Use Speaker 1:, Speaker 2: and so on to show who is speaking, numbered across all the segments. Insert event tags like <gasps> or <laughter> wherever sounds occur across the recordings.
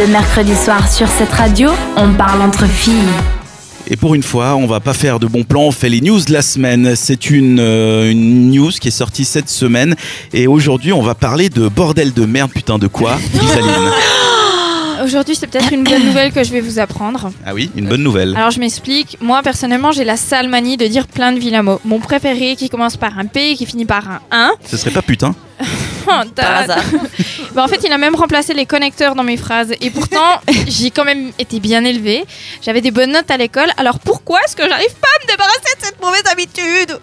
Speaker 1: Le mercredi soir sur cette radio, on parle entre filles.
Speaker 2: Et pour une fois, on va pas faire de bons plans, on fait les news de la semaine. C'est une, euh, une news qui est sortie cette semaine. Et aujourd'hui, on va parler de bordel de merde, putain de quoi Isaline.
Speaker 3: Aujourd'hui, c'est peut-être une bonne nouvelle que je vais vous apprendre.
Speaker 2: Ah oui, une bonne nouvelle.
Speaker 3: Alors, je m'explique. Moi, personnellement, j'ai la sale manie de dire plein de vilains mots. Mon préféré qui commence par un P et qui finit par un <laughs> 1.
Speaker 2: Ce serait pas putain
Speaker 3: Par Bah,
Speaker 4: hasard.
Speaker 3: <laughs> en fait, il a même remplacé les connecteurs dans mes phrases. Et pourtant, j'ai quand même été bien élevée. J'avais des bonnes notes à l'école. Alors, pourquoi est-ce que j'arrive pas à me débarrasser de cette mauvaise habitude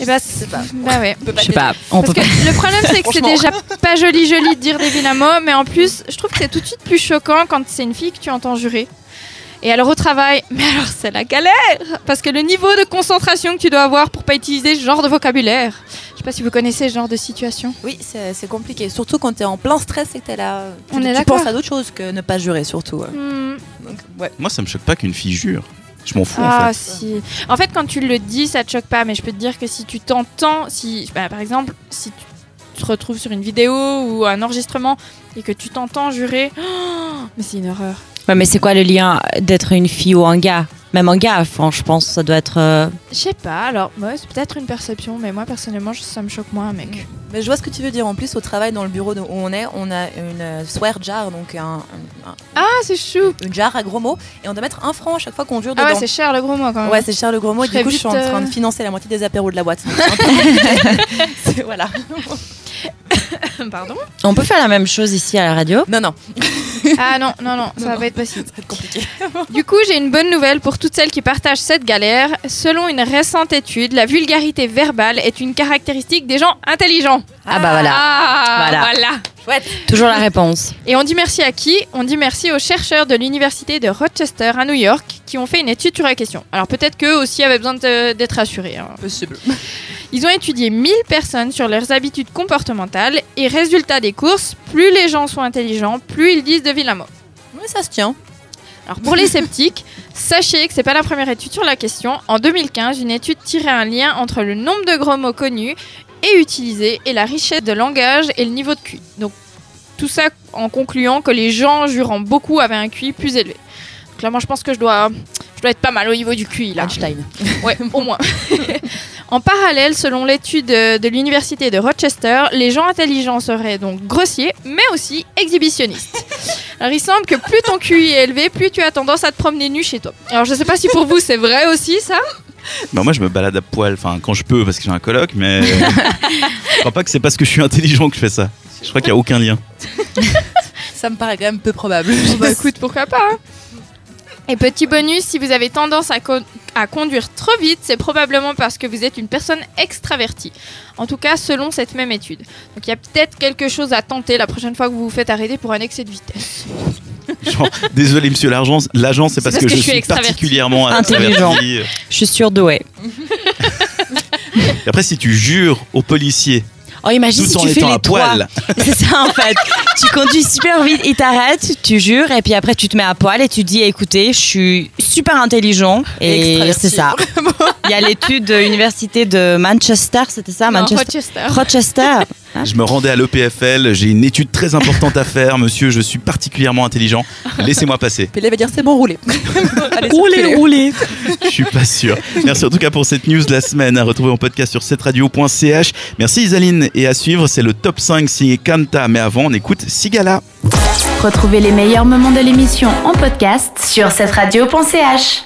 Speaker 3: Eh ben, c'est
Speaker 4: pas.
Speaker 3: Bah ouais.
Speaker 4: peut
Speaker 5: Je sais pas, on
Speaker 3: Parce
Speaker 5: peut
Speaker 3: que
Speaker 5: pas.
Speaker 3: le problème, c'est que c'est déjà pas joli, joli de dire des vilains mots, mais en plus, je trouve que c'est tout de suite plus choquant quand c'est une fille que tu entends jurer. Et alors au travail, <laughs> mais alors c'est la galère Parce que le niveau de concentration que tu dois avoir pour pas utiliser ce genre de vocabulaire. Je sais pas si vous connaissez ce genre de situation.
Speaker 4: Oui, c'est c'est compliqué. Surtout quand t'es en plein stress et que t'es là. euh, Tu,
Speaker 3: On est
Speaker 4: tu
Speaker 3: d'accord.
Speaker 4: penses à d'autres choses que ne pas jurer, surtout. euh. Donc, ouais.
Speaker 2: Moi, ça me choque pas qu'une fille jure. Je m'en fous en
Speaker 3: Ah
Speaker 2: fait.
Speaker 3: si. En fait, quand tu le dis, ça te choque pas, mais je peux te dire que si tu t'entends, si bah, par exemple, si tu te retrouves sur une vidéo ou un enregistrement et que tu t'entends jurer, <gasps> mais c'est une horreur.
Speaker 5: Ouais, mais c'est quoi le lien d'être une fille ou un gars Même un gars, enfin, je pense, ça doit être. euh,
Speaker 3: Je sais pas, alors moi c'est peut-être une perception, mais moi personnellement je- ça me choque moins un mec.
Speaker 4: Mais je vois ce que tu veux dire. En plus, au travail, dans le bureau de- où on est, on a une euh, swear jar, donc un- un- un-
Speaker 3: Ah c'est chou
Speaker 4: une jar à gros mots, et on doit mettre un franc à chaque fois qu'on jure
Speaker 3: Ah ouais
Speaker 4: dedans.
Speaker 3: c'est cher le gros mot quand même.
Speaker 4: Ouais, c'est cher le gros mot.
Speaker 3: Je
Speaker 4: et
Speaker 3: serais
Speaker 4: Du coup, je
Speaker 3: vite,
Speaker 4: suis en train de
Speaker 3: euh,
Speaker 4: financer la moitié des apéros de
Speaker 3: <laughs>
Speaker 4: la boîte. <laughs> C'est un peu compliqué. C'est- voilà.
Speaker 3: <laughs> Pardon
Speaker 5: On peut faire la même chose ici à la radio
Speaker 4: Non, non,
Speaker 3: Ah non, non, non,
Speaker 4: Non,
Speaker 3: ça va
Speaker 4: non.
Speaker 3: pas être possible.
Speaker 4: <laughs> ça va être compliqué.
Speaker 3: Du coup j'ai une bonne nouvelle pour toutes celles qui partagent cette galère. Selon une récente étude, la vulgarité verbale est une caractéristique des gens intelligents.
Speaker 5: Ah bah voilà,
Speaker 3: Ah,
Speaker 5: Voilà.
Speaker 3: voilà.
Speaker 5: toujours la <laughs> réponse.
Speaker 3: Et on dit merci à qui On dit merci aux chercheurs de l'université de Rochester à New York qui ont fait une étude sur la question. Alors peut-être qu'eux aussi avaient besoin de- d'être rassurés. hein.
Speaker 4: Possible.
Speaker 3: Ils ont étudié 1000 personnes sur leurs habitudes comportementales et résultat des courses, plus les gens sont intelligents, plus ils disent de vilains mots.
Speaker 4: Oui, ça se tient.
Speaker 3: Alors pour les sceptiques, sachez que c'est pas la première étude sur la question. En 2015, une étude tirait un lien entre le nombre de gros mots connus et utilisés et la richesse de langage et le niveau de QI. Donc tout ça en concluant que les gens jurant beaucoup avaient un QI plus élevé. Donc là, moi, je pense que je dois, je dois être pas mal au niveau du QI là.
Speaker 4: Einstein.
Speaker 3: <laughs> Ouais, au moins. en parallèle, selon l'étude euh, de l'université de Rochester, les gens intelligents seraient donc grossiers, mais aussi exhibitionnistes. Alors il semble que plus ton QI est élevé, plus tu as tendance à te promener nu chez toi. Alors je sais pas si pour vous c'est vrai aussi ça.
Speaker 2: Bah, moi, je me balade à poil, enfin, quand je peux, parce que j'ai un coloc, mais. je crois pas que c'est parce que je suis intelligent que je fais ça. Je crois qu'il n'y a aucun lien.
Speaker 4: Ça me paraît quand même peu probable. <laughs>
Speaker 3: Bah écoute, pourquoi pas. hein. Et petit bonus, si vous avez tendance à, con- à conduire trop vite, c'est probablement parce que vous êtes une personne extravertie. En tout cas, selon cette même étude. Donc il y a peut-être quelque chose à tenter la prochaine fois que vous vous faites arrêter pour un excès de vitesse.
Speaker 2: Genre, désolé, monsieur l'agent, l'agent, c'est parce, que, je, suis
Speaker 3: extraverti.
Speaker 2: particulièrement
Speaker 5: Intelligent.
Speaker 2: introverti.
Speaker 5: Je suis surdouée.
Speaker 2: Et après, si tu jures aux policiers,
Speaker 5: Oh, imagine
Speaker 2: tout
Speaker 5: si
Speaker 2: en
Speaker 5: tu fais
Speaker 2: étant à
Speaker 5: les trois.
Speaker 2: poil,
Speaker 5: <laughs> C'est ça en fait. tu conduis super vite, ils t'arrêtent, tu jures, et puis après tu te mets à poil et tu dis écoutez, je suis super intelligent.
Speaker 4: Et
Speaker 5: Et
Speaker 4: extraverti.
Speaker 5: c'est <laughs> ça. Il y a l'étude de l'université de Manchester, c'était ça
Speaker 3: Non,
Speaker 5: Manchester
Speaker 3: Rochester.
Speaker 5: Rochester.
Speaker 2: je me rendais à l'EPFL, j'ai une étude très importante à faire, monsieur, je suis particulièrement intelligent, laissez-moi passer.
Speaker 4: Pelé va dire c'est bon, roulez. <laughs> Allez, circulez.
Speaker 5: roulez.
Speaker 2: Je suis pas sûr. Merci en tout cas pour cette news de la semaine à retrouver en podcast sur cetteradio.ch. Merci Isaline et à suivre, c'est le top 5 signé Kanta, mais avant on écoute Sigala.
Speaker 1: Retrouvez les meilleurs moments de l'émission en podcast sur cette radio.ch.